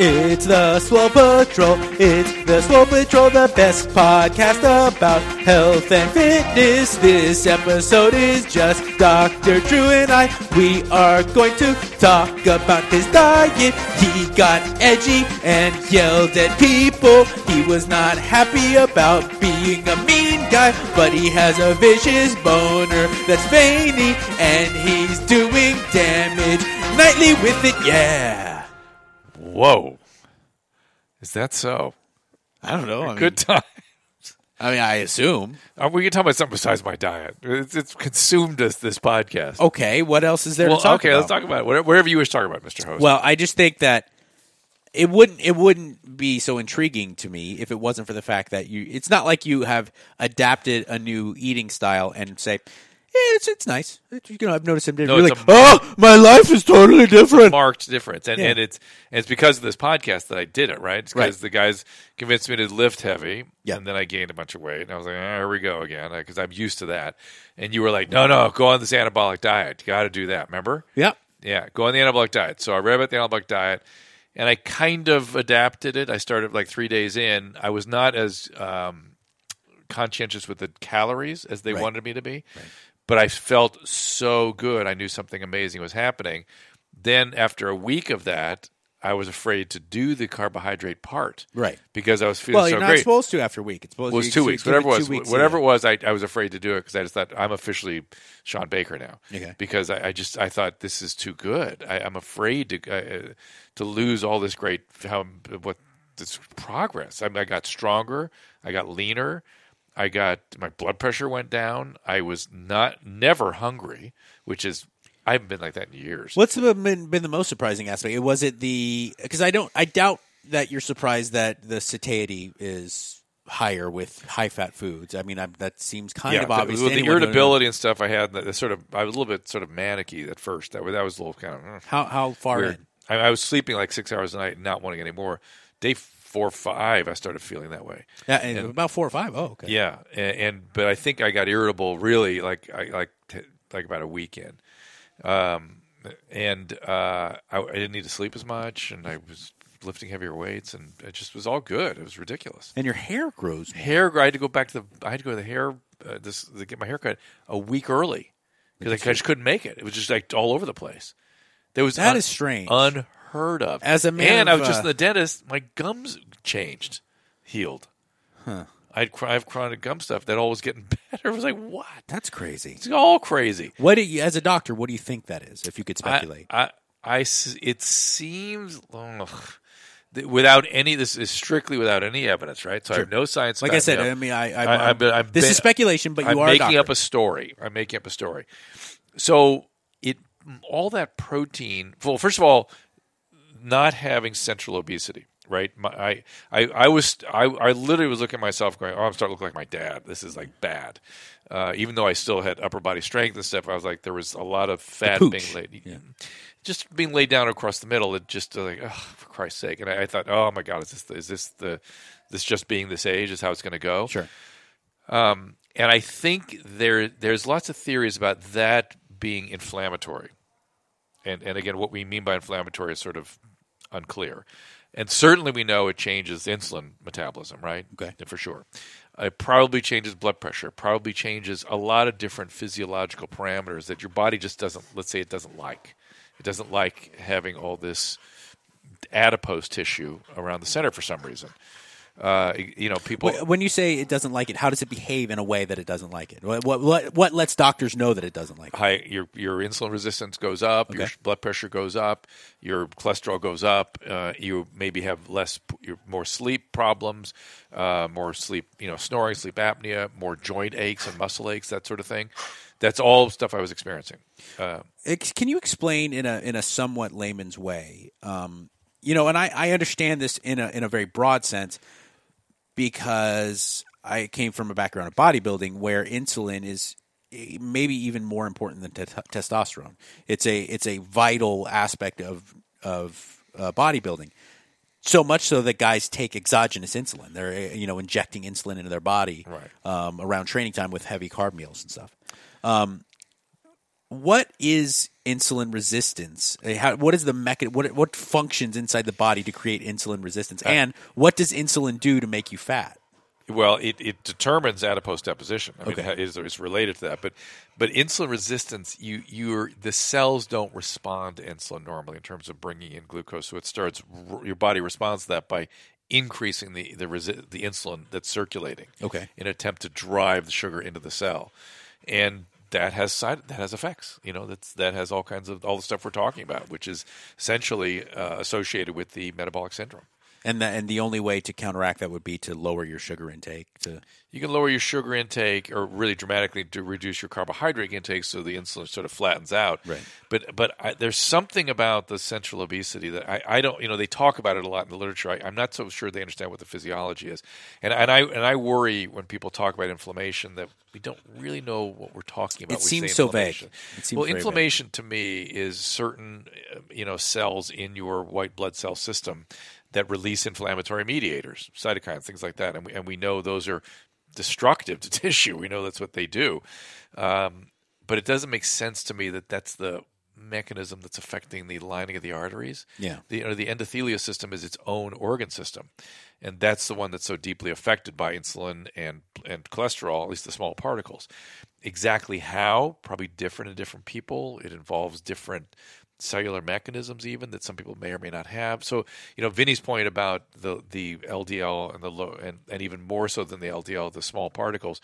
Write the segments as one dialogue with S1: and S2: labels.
S1: It's the Swole Patrol. It's the Swole Patrol, the best podcast about health and fitness. This episode is just Dr. Drew and I. We are going to talk about his diet. He got edgy and yelled at people. He was not happy about being a mean guy, but he has a vicious boner that's veiny and he's doing damage nightly with it. Yeah.
S2: Whoa. Is that so?
S1: I don't know. I mean,
S2: Good time.
S1: I mean, I assume.
S2: Uh, we can talk about something besides my diet. It's, it's consumed us this podcast.
S1: Okay, what else is there
S2: well,
S1: Oh, to talk
S2: okay,
S1: about?
S2: let's talk about it. Whatever, whatever you wish to talk about, Mr. Host.
S1: Well, I just think that it wouldn't it wouldn't be so intriguing to me if it wasn't for the fact that you it's not like you have adapted a new eating style and say yeah, it's it's nice. It- You know, I've noticed him
S2: No,
S1: You're
S2: it's
S1: like,
S2: a
S1: oh, my life is totally different.
S2: marked difference, and,
S1: Yeah.
S2: and it's and it's because of this podcast that I did it right. Because
S1: Right.
S2: the guys convinced me to lift heavy,
S1: Yeah.
S2: and then I gained a bunch of weight, and I was like, "Ah, here we go again, because I'm used to that. And you were like, no, no, go on this anabolic diet. You got to do that. Remember?
S1: Yep.
S2: Yeah, go on the anabolic diet. So I read about the anabolic diet, and I kind of adapted it. I started like three days in. I was not as um, conscientious with the calories as they
S1: Right.
S2: wanted me to be, but I felt so good. I knew something amazing was happening. Then after a week of that, I was afraid to do the carbohydrate part,
S1: Right.
S2: Because I was feeling
S1: Well,
S2: so
S1: you're not
S2: great.
S1: supposed to after a week. It's supposed
S2: It was
S1: you-
S2: two
S1: you
S2: weeks,
S1: give
S2: whatever it
S1: two
S2: was,
S1: weeks
S2: whatever it
S1: of
S2: was. I, I was afraid to do it because I just thought I'm officially Sean Baker now.
S1: Okay.
S2: Because I, I just I thought this is too good. I, I'm afraid to uh, uh, to lose all this great how what this progress. I, mean, I got stronger. I got leaner. I got my blood pressure went down. I was not never hungry, which is I haven't been like that in years.
S1: What's the- been, been the most surprising aspect? It was it the because I don't I doubt that you're surprised that the satiety is higher with high fat foods. I mean, I, that seems kind of
S2: the-
S1: obvious. to
S2: with the
S1: anyone who-
S2: irritability and stuff I had, that, that sort of I was a little bit sort of manicky at first. That was that was a little kind of. mm.
S1: How how far
S2: Weird.
S1: in?
S2: I, I was sleeping like six hours a night and not wanting any more. Day four, five, I started feeling that way.
S1: Yeah, and about four or five. Oh, okay.
S2: Yeah, and, and but I think I got irritable really like I like t- like about a weekend, um, and uh, I, I didn't need to sleep as much, and I was lifting heavier weights, and it just was all good. It was ridiculous.
S1: And your hair grows. more.
S2: Hair, I had to go back to the I had to go to the hair uh, this to get my hair cut a week early because I, just couldn't make it. It was just like all over the place. There was
S1: That
S2: un-
S1: is strange.
S2: unheard of.
S1: As a man
S2: and I
S1: of,
S2: was just
S1: uh,
S2: in the dentist. My gums changed, healed. Huh. I'd, cr- I have chronic gum stuff that always getting better. I was like, what?
S1: That's crazy.
S2: It's all crazy.
S1: What do you, as a doctor, what do you think that is? If you could
S2: I,
S1: speculate,
S2: I, I s- it seems ugh, that without any. This is strictly without any evidence, right? So I have no science.
S1: like I
S2: backing
S1: said,
S2: up.
S1: I mean, I, I,
S2: I-
S1: I'm-
S2: I'm- I'm
S1: this
S2: ba-
S1: is speculation, but you
S2: I'm
S1: are
S2: making
S1: a doctor.
S2: up a story. I'm making up a story. So it all that protein. Well, first of all, not having central obesity, right? My, I, I I was I, I literally was looking at myself going, oh, I'm starting to look like my dad. This is like bad. Uh, even though I still had upper body strength and stuff, I was like, there was a lot of fat being
S1: pooch.
S2: laid, just being laid down across the middle. It just uh, like, oh, for Christ's sake! And I, I thought, oh my God, is this the, is this the this just being this age is how it's going to go?
S1: sure.
S2: and I think there there's lots of theories about that being inflammatory. And and again, what we mean by inflammatory is sort of unclear. And certainly, we know it changes insulin metabolism, right?
S1: Okay.
S2: for sure. It probably changes blood pressure. It probably changes a lot of different physiological parameters that your body just doesn't. Let's say it doesn't like. It doesn't like having all this adipose tissue around the center for some reason. Uh, you know, people.
S1: Wh- When you say it doesn't like it, how does it behave in a way that it doesn't like it? What what what, what lets doctors know that it doesn't like it?
S2: high your your insulin resistance goes up, your
S1: Okay.
S2: blood pressure goes up, your cholesterol goes up. Uh, you maybe have less, your more sleep problems, uh, more sleep, you know, snoring, sleep apnea, more joint aches and muscle aches, that sort of thing. That's all stuff I was experiencing.
S1: Ex- Can you explain in a in a somewhat layman's way um, you know, and I, I understand this in a in a very broad sense because I came from a background of bodybuilding where insulin is eh, maybe even more important than t- testosterone. It's a it's a vital aspect of of uh, bodybuilding. So much so that guys take exogenous insulin. They're uh, you know injecting insulin into their body
S2: Right.
S1: um, around training time with heavy carb meals and stuff. Um, what is insulin resistance? Uh, How, what is the mecha- What what functions inside the body to create insulin resistance? and what does insulin do to make you fat?
S2: Well, it, it determines adipose deposition. I mean,
S1: Okay.
S2: it is it's related to that, but but insulin resistance, you you're the cells don't respond to insulin normally in terms of bringing in glucose. So it starts your body responds to that by increasing the the, resi- the insulin that's circulating.
S1: Okay.
S2: in an attempt to drive the sugar into the cell, and that has side that has effects. You know, that's that has all kinds of all the stuff we're talking about, which is essentially uh, associated with the metabolic syndrome.
S1: And the, and the only way to counteract that would be to lower your sugar intake. To
S2: you can lower your sugar intake or really dramatically to reduce your carbohydrate intake so the insulin sort of flattens out
S1: Right.
S2: but but I, there's something about the central obesity that I, I don't you know they talk about it a lot in the literature I, i'm not so sure they understand what the physiology is and and i and i worry when people talk about inflammation that we don't really know what we're talking about
S1: It
S2: when we
S1: seems
S2: say
S1: so vague.
S2: inflammation.
S1: It seems
S2: well
S1: very vague.
S2: inflammation to me is certain uh, you know cells in your white blood cell system that release inflammatory mediators cytokines things like that and we, and we know those are destructive to tissue we know that's what they do um, but it doesn't make sense to me that that's the mechanism that's affecting the lining of the arteries.
S1: Yeah.
S2: The, or the endothelial system is its own organ system, and that's the one that's so deeply affected by insulin and and cholesterol, at least the small particles. Exactly how? Probably different in different people. It involves different cellular mechanisms, even that some people may or may not have. So, you know, Vinny's point about the the LDL and the low, and, and even more so than the LDL, the small particles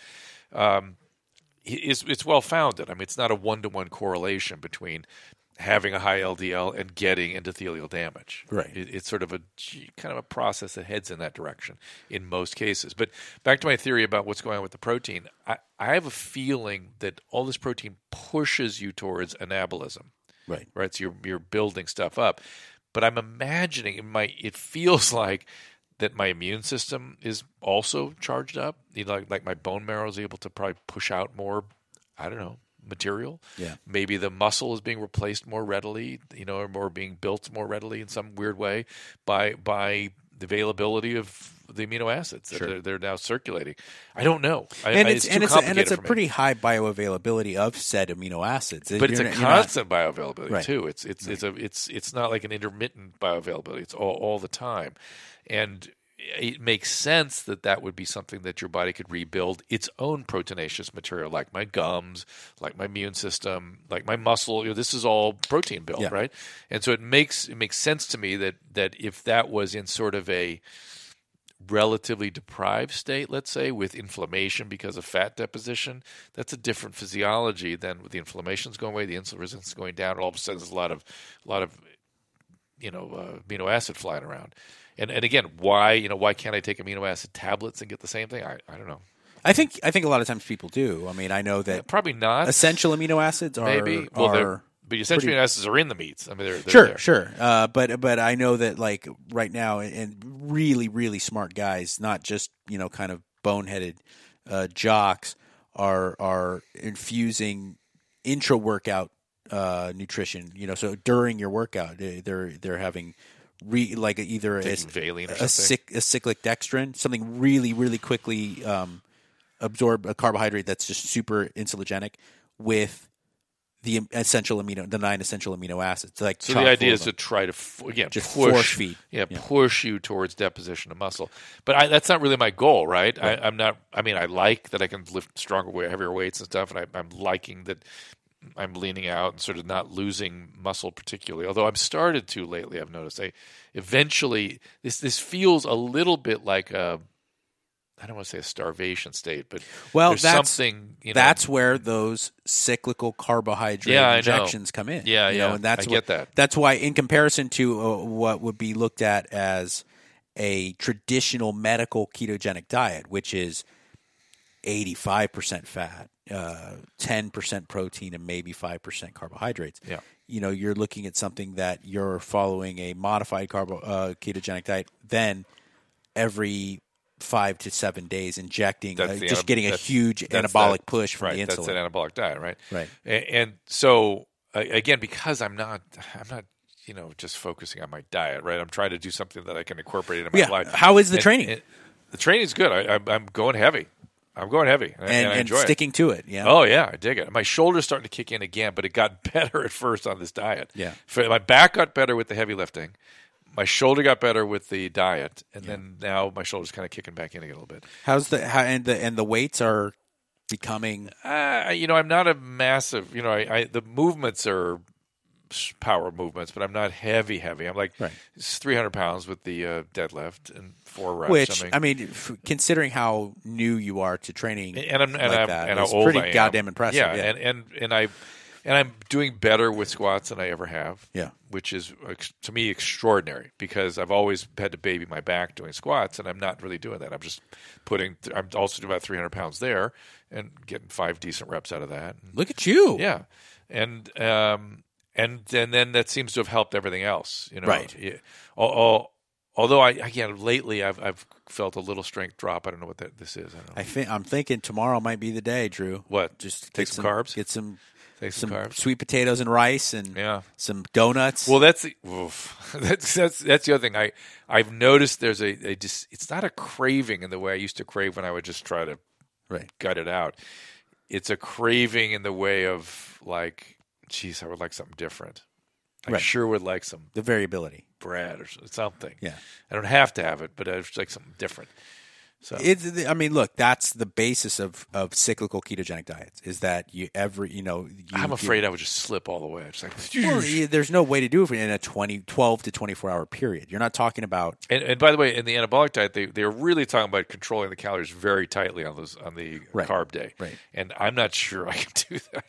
S2: it's it's well founded. I mean, it's not a one to one correlation between having a high LDL and getting endothelial damage.
S1: Right.
S2: It, it's sort of a g- kind of a process that heads in that direction in most cases. But back to my theory about what's going on with the protein, I, I have a feeling that all this protein pushes you towards anabolism
S1: right.
S2: right? So you're you're building stuff up. But I'm imagining it might it feels like that my immune system is also charged up. You know, like like my bone marrow is able to probably push out more, I don't know, material.
S1: Yeah.
S2: Maybe the muscle is being replaced more readily, you know, or more being built more readily in some weird way by by the availability of the amino acids that they're, they're now circulating. I don't know. I,
S1: and
S2: I-
S1: it's,
S2: too
S1: and, it's a, and it's
S2: complicated
S1: a
S2: for me
S1: pretty high bioavailability of said amino acids.
S2: but it's
S1: You're
S2: a
S1: not- you're not-
S2: constant bioavailability
S1: Right.
S2: too. It's it's it's a it's it's not like an intermittent bioavailability. It's all all the time, and it makes sense that that would be something that your body could rebuild its own proteinaceous material, like my gums, like my immune system, like my muscle. You know, this is all protein built,
S1: Yeah.
S2: right? And so it makes it makes sense to me that that if that was in sort of a relatively deprived state, let's say, with inflammation because of fat deposition, that's a different physiology than with the inflammation's going away, the insulin resistance is going down, and all of a sudden there's a lot of a lot of you know uh, amino acid flying around. And and again, why you know why can't I take amino acid tablets and get the same thing? I, I don't know.
S1: I think I think a lot of times people do. I mean, I know that
S2: Probably not.
S1: essential amino acids are
S2: maybe. well,
S1: are
S2: they're but essentially amino acids are in the meats. I mean, they're, they're
S1: sure
S2: there.
S1: sure uh, but but i know that like right now and really really smart guys not just you know kind of boneheaded uh, jocks are are infusing intra workout uh, nutrition you know so during your workout they- they're they're having re, like either a,
S2: Taking Valine or
S1: a,
S2: something.
S1: cyc, a cyclic dextrin something really really quickly um, absorb a carbohydrate that's just super insulinogenic with the essential amino, the nine essential amino acids. Like
S2: So
S1: chock
S2: the idea
S1: full
S2: is
S1: of
S2: to
S1: them.
S2: try to f- again
S1: Just
S2: push,
S1: force feed.
S2: Yeah,
S1: Yeah.
S2: push you towards deposition of muscle. But I, that's not really my goal, right? I, I'm not. I mean, I like that I can lift stronger, weight, heavier weights and stuff, and I, I'm liking that I'm leaning out and sort of not losing muscle particularly. Although I've started to lately, I've noticed. I eventually this this feels a little bit like a I don't want to say a starvation state, but
S1: Well,
S2: there's
S1: that's-
S2: something you know,
S1: that's where those cyclical carbohydrate
S2: Yeah, I know.
S1: injections come in.
S2: Yeah,
S1: you
S2: yeah.
S1: Know, and that's
S2: I
S1: what-
S2: get that.
S1: That's why, in comparison to uh, what would be looked at as a traditional medical ketogenic diet, which is eighty-five percent fat, uh, ten percent protein and maybe five percent carbohydrates.
S2: Yeah.
S1: you know you're looking at something that you're following a modified carbo uh, ketogenic diet. Then every five to seven days, injecting uh,
S2: That's the
S1: just
S2: anab-
S1: getting a
S2: that's-
S1: huge
S2: that's
S1: anabolic
S2: that-
S1: push from
S2: right,
S1: the
S2: That's an
S1: insulin.
S2: anabolic diet, right?
S1: Right.
S2: A- And, so a- again, because I'm not, I'm not, you know, just focusing on my diet, right? I'm trying to do something that I can incorporate into my
S1: Yeah.
S2: life.
S1: How is the training?
S2: the training's good. I, I'm, I'm going heavy. I'm going heavy, and,
S1: and,
S2: and I
S1: and
S2: enjoy it.
S1: sticking to it. Yeah.
S2: Oh yeah, I dig it. My shoulder's starting to kick in again, but it got better at first on this diet.
S1: Yeah.
S2: For- my back got better with the heavy lifting. My shoulder got better with the diet, and then now my shoulder's kind of kicking back in again a little bit.
S1: How's the how and the and the weights are becoming
S2: Uh, you know, I'm not a massive. You know, I, I the movements are s- power movements, but I'm not heavy, heavy. I'm like
S1: Right.
S2: it's 300 pounds with the uh, deadlift and four reps.
S1: which
S2: I mean,
S1: I mean, f- considering how new you are to training
S2: and I'm and
S1: like
S2: I'm
S1: that
S2: and how
S1: is
S2: old
S1: pretty
S2: I am.
S1: goddamn impressive.
S2: Yeah,
S1: Yeah.
S2: and and and I and I'm doing better with squats than I ever have.
S1: Yeah.
S2: which is ex- to me extraordinary because I've always had to baby my back doing squats, and I'm not really doing that. I'm just putting. I'm also doing about 300 pounds there and getting five decent reps out of that.
S1: Look at you.
S2: Yeah, and um, and and then that seems to have helped everything else. You know,
S1: Right.
S2: Yeah. Al- al- Although I again lately I've I've felt a little strength drop. I don't know what that this is. I don't know.
S1: I think I'm thinking tomorrow might be the day, Drew.
S2: What?
S1: Just
S2: Take
S1: get
S2: some carbs?
S1: Get some
S2: Take
S1: some,
S2: some carbs.
S1: sweet potatoes and rice and
S2: Yeah.
S1: some donuts.
S2: Well, that's the, oof. that's that's that's the other thing. I I've noticed there's a, a just it's not a craving in the way I used to crave when I would just try to
S1: right.
S2: gut it out. It's a craving in the way of like, geez, I would like something different. I
S1: Right.
S2: sure would like some
S1: The variability.
S2: bread or s- something.
S1: Yeah.
S2: I don't have to have it, but I just like something different. So
S1: It's, I mean, look, that's the basis of, of cyclical ketogenic diets is that you every, you know, you
S2: I'm
S1: get-
S2: afraid I would just slip all the way. It's like,
S1: Well, yeah, there's no way to do it in a 20, 12 to 24 hour period. You're not talking about
S2: and, and by the way, in the anabolic diet, they they're really talking about controlling the calories very tightly on those on the
S1: Right.
S2: carb day.
S1: Right.
S2: And I'm not sure I can do that.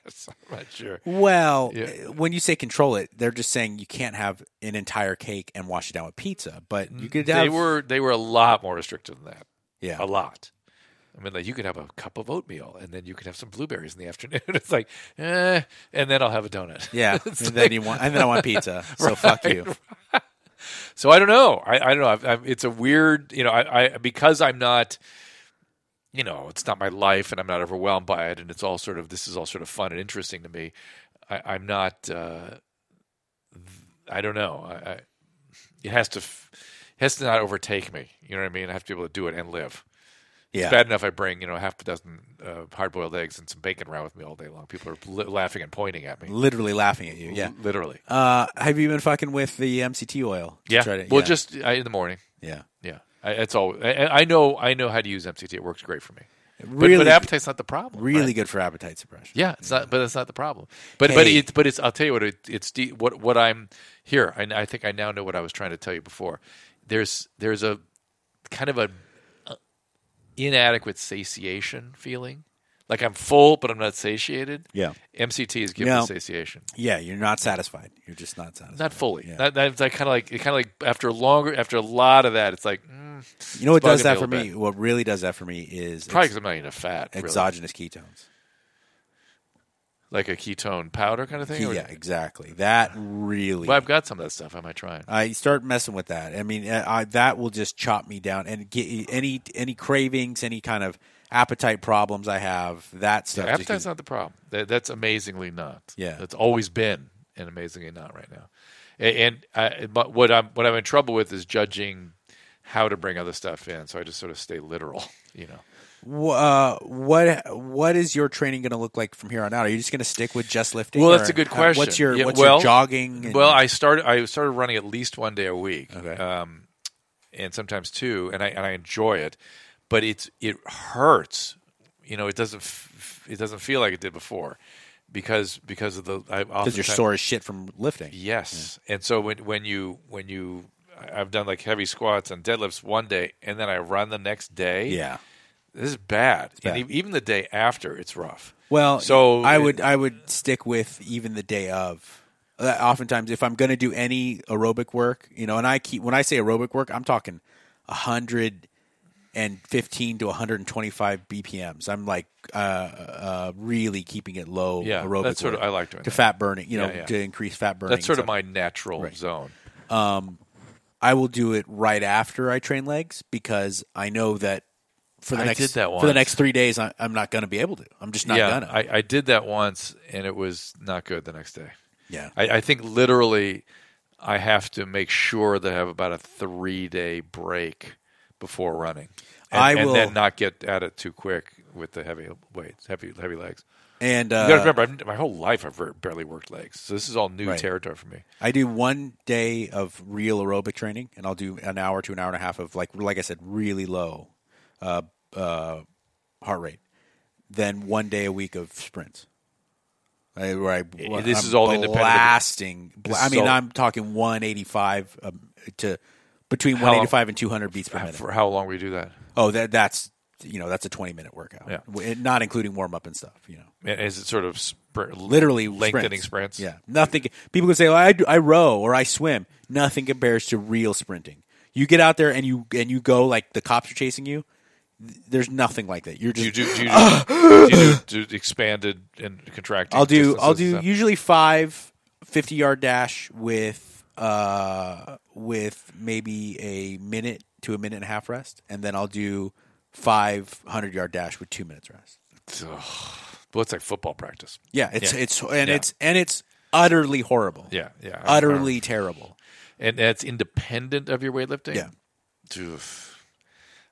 S2: I'm not sure.
S1: Well, eh,
S2: Yeah.
S1: when you say control it, they're just saying you can't have an entire cake and wash it down with pizza, but you could have
S2: They were they were a lot more restrictive than that.
S1: yeah.
S2: A lot. I mean, like you could have a cup of oatmeal, and then you could have some blueberries in the afternoon. It's like, eh, and then I'll have a donut.
S1: Yeah, and
S2: It's
S1: then
S2: like-
S1: you want, and then I want pizza. So fuck you.
S2: so I don't know. I, I don't know. I've, I've, it's a weird, you know, I, I because I'm not, you know, it's not my life, and I'm not overwhelmed by it, and it's all sort of this is all sort of fun and interesting to me. I, I'm not. Uh, I don't know. I, I, it has to. f- It has to not overtake me. You know what I mean? I have to be able to do it and live.
S1: Yeah,
S2: It's bad enough I bring, you know, half a dozen uh, hard-boiled eggs and some bacon around with me all day long. People are li- laughing and pointing at me.
S1: literally laughing at you. Yeah.
S2: literally.
S1: Uh, have you been fucking with the MCT oil? to
S2: Yeah.
S1: try to-
S2: well,
S1: yeah,
S2: just I, in the morning.
S1: yeah.
S2: Yeah, I, it's all. I, I know. I know how to use MCT. It works great for me.
S1: Really,
S2: but, but appetite's not the problem.
S1: really
S2: right?
S1: good for appetite suppression.
S2: Yeah, it's not. But it's not the problem. But but
S1: Hey.
S2: it's but it's. I'll tell you what. It, it's de- what what I'm here. I, I think I now know what I was trying to tell you before. There's there's a kind of a uh, inadequate satiation feeling. Like I'm full, but I'm not satiated.
S1: Yeah.
S2: MCT is giving
S1: No.
S2: me satiation.
S1: Yeah, you're not satisfied. You're just not satisfied.
S2: Not fully.
S1: Yeah.
S2: That, that's like kind of like kind of like after longer after a lot of that, it's like mm,
S1: you know what
S2: it's bugging
S1: does that
S2: me a
S1: for
S2: little
S1: me? What really does that for me is
S2: probably
S1: ex-
S2: because I'm not eating fat. really.
S1: exogenous ketones.
S2: like a ketone powder kind of thing. or-
S1: Yeah, exactly. That really.
S2: Well, I've got some of that stuff. I might try it.
S1: I start messing with that. I mean, uh, I, I- that will just chop me down and get any any cravings, any kind of appetite problems I have. That stuff. just
S2: Appetite's
S1: gets-
S2: not the problem. That, that's amazingly not.
S1: Yeah.
S2: that's always been and amazingly not right now. A- And, I, but what I'm what I'm in trouble with is judging how to bring other stuff in. So I just sort of stay literal. You know,
S1: Wh- uh, what what is your training going to look like from here on out? Are you just going to stick with just lifting?
S2: Well, that's
S1: or
S2: a good
S1: how-
S2: question.
S1: What's your
S2: Yeah,
S1: what's
S2: well-
S1: your jogging? and-
S2: well, I started I started running at least one day a week,
S1: Okay.
S2: um, and sometimes two, and I and I enjoy it, but it's it hurts. You know, it doesn't f- it doesn't feel like it did before because because of the I
S1: because you're
S2: oftentimes-
S1: sore as shit from lifting.
S2: Yes, and so when when you when you I- I've done like heavy squats and deadlifts one day, and then I run the next day.
S1: Yeah.
S2: this is bad. And
S1: bad.
S2: e- even the day after, it's rough.
S1: Well,
S2: So
S1: I
S2: it-
S1: would I would stick with even the day of. Uh, oftentimes, if I'm going to do any aerobic work, you know, and I keep when I say aerobic work, I'm talking a hundred and 15 to 125 BPMs. I'm like uh, uh, really keeping it low
S2: Yeah,
S1: aerobically
S2: that's sort of- I like doing
S1: to
S2: that.
S1: fat burning, you know,
S2: Yeah, yeah.
S1: to increase fat burning.
S2: That's sort
S1: and
S2: of
S1: stuff.
S2: my natural zone.
S1: I will do it right after I train legs because I know that for the
S2: I
S1: next
S2: did that
S1: for the
S2: once.
S1: next three days I, I'm not going to be able to. I'm just not
S2: yeah,
S1: gonna.
S2: I, I did that once, and it was not good the next day.
S1: yeah,
S2: I, I think literally, I have to make sure that I have about a three day break before running. And,
S1: I
S2: and
S1: will-
S2: then not get at it too quick with the heavy weights, heavy heavy legs.
S1: and
S2: You got to
S1: uh,
S2: remember, I've, my whole life I've ver- barely worked legs, so this is all new
S1: Right.
S2: territory for me.
S1: I do one day of real aerobic training, and I'll do an hour to an hour and a half of like like I said, really low uh, uh, heart rate. Then one day a week of sprints. I, where I,
S2: I- this
S1: I'm
S2: is all independent of-
S1: Blasting. bla-
S2: This
S1: I
S2: is
S1: mean,
S2: all-
S1: I'm talking 185 um, to between 185 and 200 beats per minute.
S2: Uh, For how long will you do that?
S1: Oh, that that's you know that's a 20 minute workout.
S2: Yeah.
S1: W- not including warm up and stuff. You know
S2: And Is it sort of sprint,
S1: literally
S2: lengthening sprints?
S1: Yeah, nothing. People can say, well, I, do- I row or I swim. Nothing compares to real sprinting. You get out there and you and you go like the cops are chasing you. Th- There's nothing like that. You're
S2: Do you
S1: just.
S2: do, do, you do, do, you do, do expanded and contracted?
S1: I'll do. I'll
S2: distances
S1: do
S2: and-
S1: usually five 50 yard dash with uh with maybe a minute to a minute and a half rest, and then I'll do five hundred yard dash with two minutes rest.
S2: Well, it's like football practice.
S1: Yeah, it's it's and
S2: Yeah.
S1: it's and it's utterly horrible.
S2: Yeah, yeah. I-
S1: utterly terrible.
S2: and that's independent of your weightlifting.
S1: Yeah.
S2: Oof.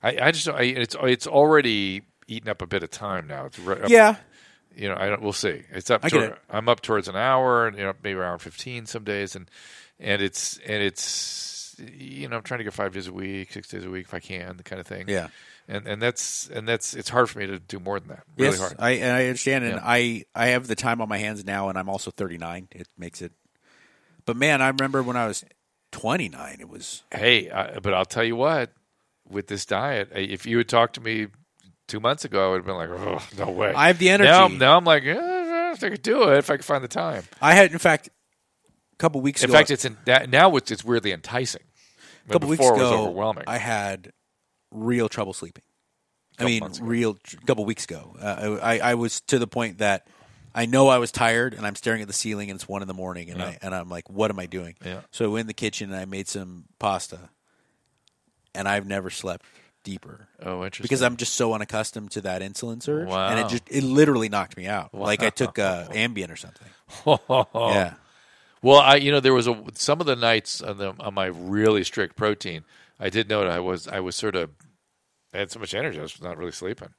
S2: I, I just don't- I, it's it's already eaten up a bit of time now. It's re- up-
S1: Yeah,
S2: you know I don't. We'll see. It's up.
S1: I get
S2: toward,
S1: it.
S2: I'm up towards an hour, and you know maybe an hour and fifteen some days, and and it's and it's you know I'm trying to get five days a week, six days a week if I can, the kind of thing.
S1: Yeah.
S2: And and that's and that's it's hard for me to do more than that. Really
S1: yes,
S2: hard.
S1: I and I understand, and
S2: Yeah.
S1: I I have the time on my hands now, and I'm also 39. It makes it, but man, I remember when I was 29, it was
S2: Hey, I, but I'll tell you what, with this diet, I- if you had talked to me two months ago, I would have been like, oh, no way.
S1: I have the energy.
S2: Now, I'm- now I'm like, eh, I don't know if I could do it if I could find the time.
S1: I had in fact a couple weeks
S2: In
S1: ago.
S2: fact, it's in, that, now it's, it's weirdly enticing.
S1: a couple weeks
S2: before
S1: ago,
S2: it was overwhelming.
S1: I had real trouble sleeping. I
S2: Couple
S1: mean,
S2: months ago.
S1: real couple weeks ago, uh, I I was to the point that I know I was tired, and I'm staring at the ceiling, and it's one in the morning, and I and I'm like, what am I doing?
S2: Yeah.
S1: So I went in the kitchen and I made some pasta, and I've never slept deeper.
S2: oh, interesting.
S1: because I'm just so unaccustomed to that insulin surge,
S2: Wow.
S1: and it just it literally knocked me out. Like I took uh, Ambien or something.
S2: Oh.
S1: Yeah,
S2: well, I you know there was a some of the nights on, the, on my really strict protein, I did note I was I was sort of I had so much energy I was not really sleeping.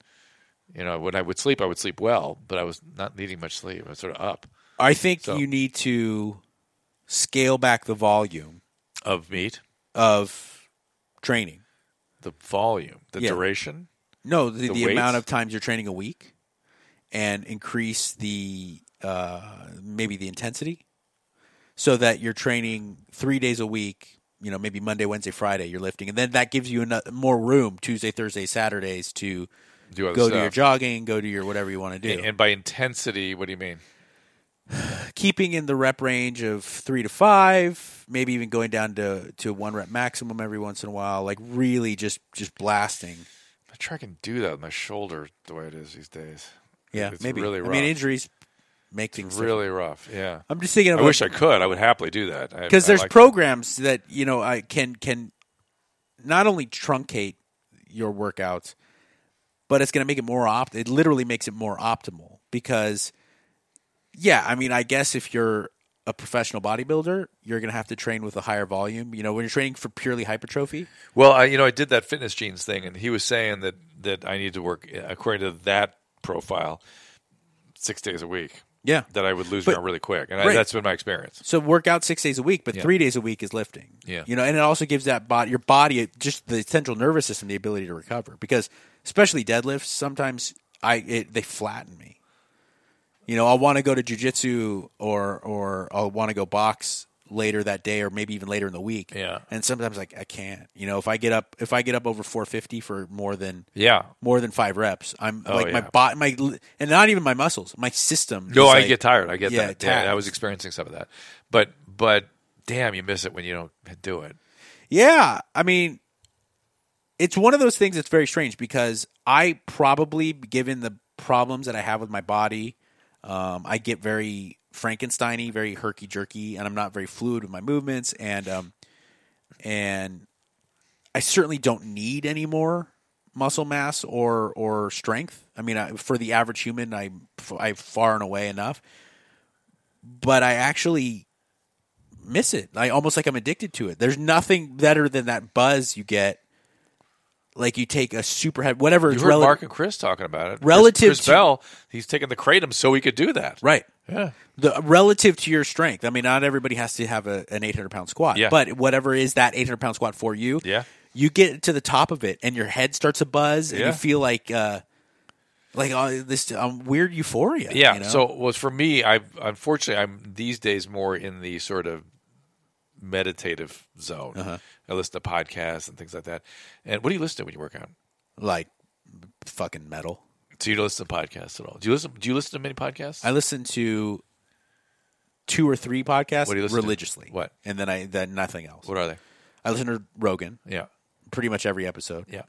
S2: You know, when I would sleep, I would sleep well, but I was not needing much sleep. I was sort of up
S1: I think
S2: So-
S1: you need to scale back the volume
S2: of meat,
S1: of training.
S2: the volume, the
S1: Yeah.
S2: duration.
S1: No, the,
S2: The
S1: the, amount
S2: weights?
S1: of times you're training a week, and increase the uh, maybe the intensity, so that you're training three days a week. You know, maybe Monday, Wednesday, Friday, you're lifting, and then that gives you enough, more room Tuesday, Thursday, Saturdays to
S2: Do other
S1: go to
S2: stuff.
S1: your jogging, go to your whatever you want to do.
S2: And, and by intensity, what do you mean?
S1: Keeping in the rep range of three to five, maybe even going down to, to one rep maximum every once in a while, like really just just blasting.
S2: I'm sure I can do that with my shoulder the way it is these days.
S1: Yeah,
S2: it's
S1: maybe.
S2: really rough.
S1: I mean, injuries make things really.
S2: really rough. Yeah,
S1: I'm just thinking
S2: I
S1: of
S2: wish I could. I would happily do that I-
S1: because
S2: I
S1: there's
S2: like-
S1: programs that you know I can can not only truncate your workouts, but it's going to make it more opt. It literally makes it more optimal because, yeah, I mean, I guess if you're a professional bodybuilder, you're going to have to train with a higher volume. You know, when you're training for purely hypertrophy,
S2: Well, I, you know, I did that fitness genes thing, and he was saying that that I need to work according to that profile six days a week.
S1: yeah.
S2: That I would lose
S1: But-
S2: around really quick, and I,
S1: right.
S2: that's been my experience.
S1: So work out six days a week, but
S2: Yeah.
S1: three days a week is lifting.
S2: Yeah.
S1: you know, and it also gives that body, your body, just the central nervous system, the ability to recover. Because especially deadlifts, sometimes I it, they flatten me. You know, I'll want to go to jujitsu or or I'll want to go box later that day or maybe even later in the week.
S2: Yeah.
S1: and sometimes like I can't. You know, if I get up if I get up over four fifty for more than
S2: Yeah.
S1: more than five reps, I'm like my
S2: Oh, yeah.
S1: body, my and not even my muscles, my system.
S2: No,
S1: is
S2: I
S1: like-
S2: get tired. I get
S1: yeah,
S2: that. Yeah, I
S1: taxed.
S2: was experiencing some of that, but but damn, you miss it when you don't do it.
S1: Yeah, I mean, it's one of those things that's very strange because I probably, given the problems that I have with my body, um, I get very Frankensteiny, very herky jerky, and I'm not very fluid with my movements, and um, and I certainly don't need any more muscle mass or or strength. I mean, I, for the average human, I I far and away enough, but I actually miss it. I almost like I'm addicted to it. There's nothing better than that buzz you get. Like you take a super head, whatever
S2: You
S1: is
S2: heard
S1: rela-
S2: Mark and Chris talking about it. Chris-
S1: Relative
S2: Chris,
S1: to-
S2: Bell, he's taking the kratom so he could do that.
S1: right?
S2: Yeah.
S1: the relative to your strength. I mean, not everybody has to have a, an 800 pound squat,
S2: Yeah.
S1: but whatever is that 800 pound squat for you,
S2: Yeah.
S1: you get to the top of it and your head starts to buzz and
S2: Yeah.
S1: you feel like, uh, like uh, this um, weird euphoria.
S2: Yeah.
S1: you know?
S2: So was for me. I unfortunately I'm these days more in the sort of meditative zone.
S1: Uh-huh.
S2: I listen to podcasts and things like that. And what do you listen to when you work out?
S1: like fucking metal.
S2: Do you listen to podcasts at all? Do you listen? Do you listen to many podcasts?
S1: I listen to two or three podcasts
S2: What do you listen to?
S1: religiously.
S2: What?
S1: And then I, then nothing else.
S2: what are they?
S1: I listen to Rogan
S2: Yeah.
S1: pretty much every episode.
S2: Yeah.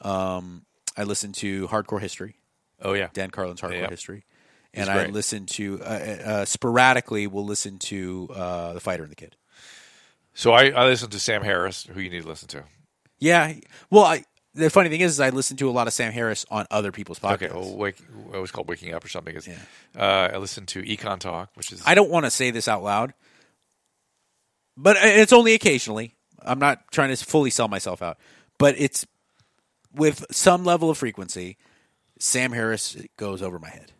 S1: I listen to hardcore history.
S2: Oh yeah.
S1: Dan Carlin's Hardcore
S2: Yeah.
S1: History. And
S2: He's
S1: I
S2: great.
S1: listen to uh, uh, sporadically. Will listen to uh, the Fighter and the Kid.
S2: So I, I listen to Sam Harris, who you need to listen to.
S1: Yeah. Well, I, the funny thing is, is I listen to a lot of Sam Harris on other people's podcasts.
S2: Okay, oh. well, wake, it was called Waking Up or something. It's- Uh, I listen to Econ Talk, which is
S1: I don't want to say this out loud, but uh, it's only occasionally. I'm not trying to fully sell myself out, but it's with some level of frequency. Sam Harris goes over my head.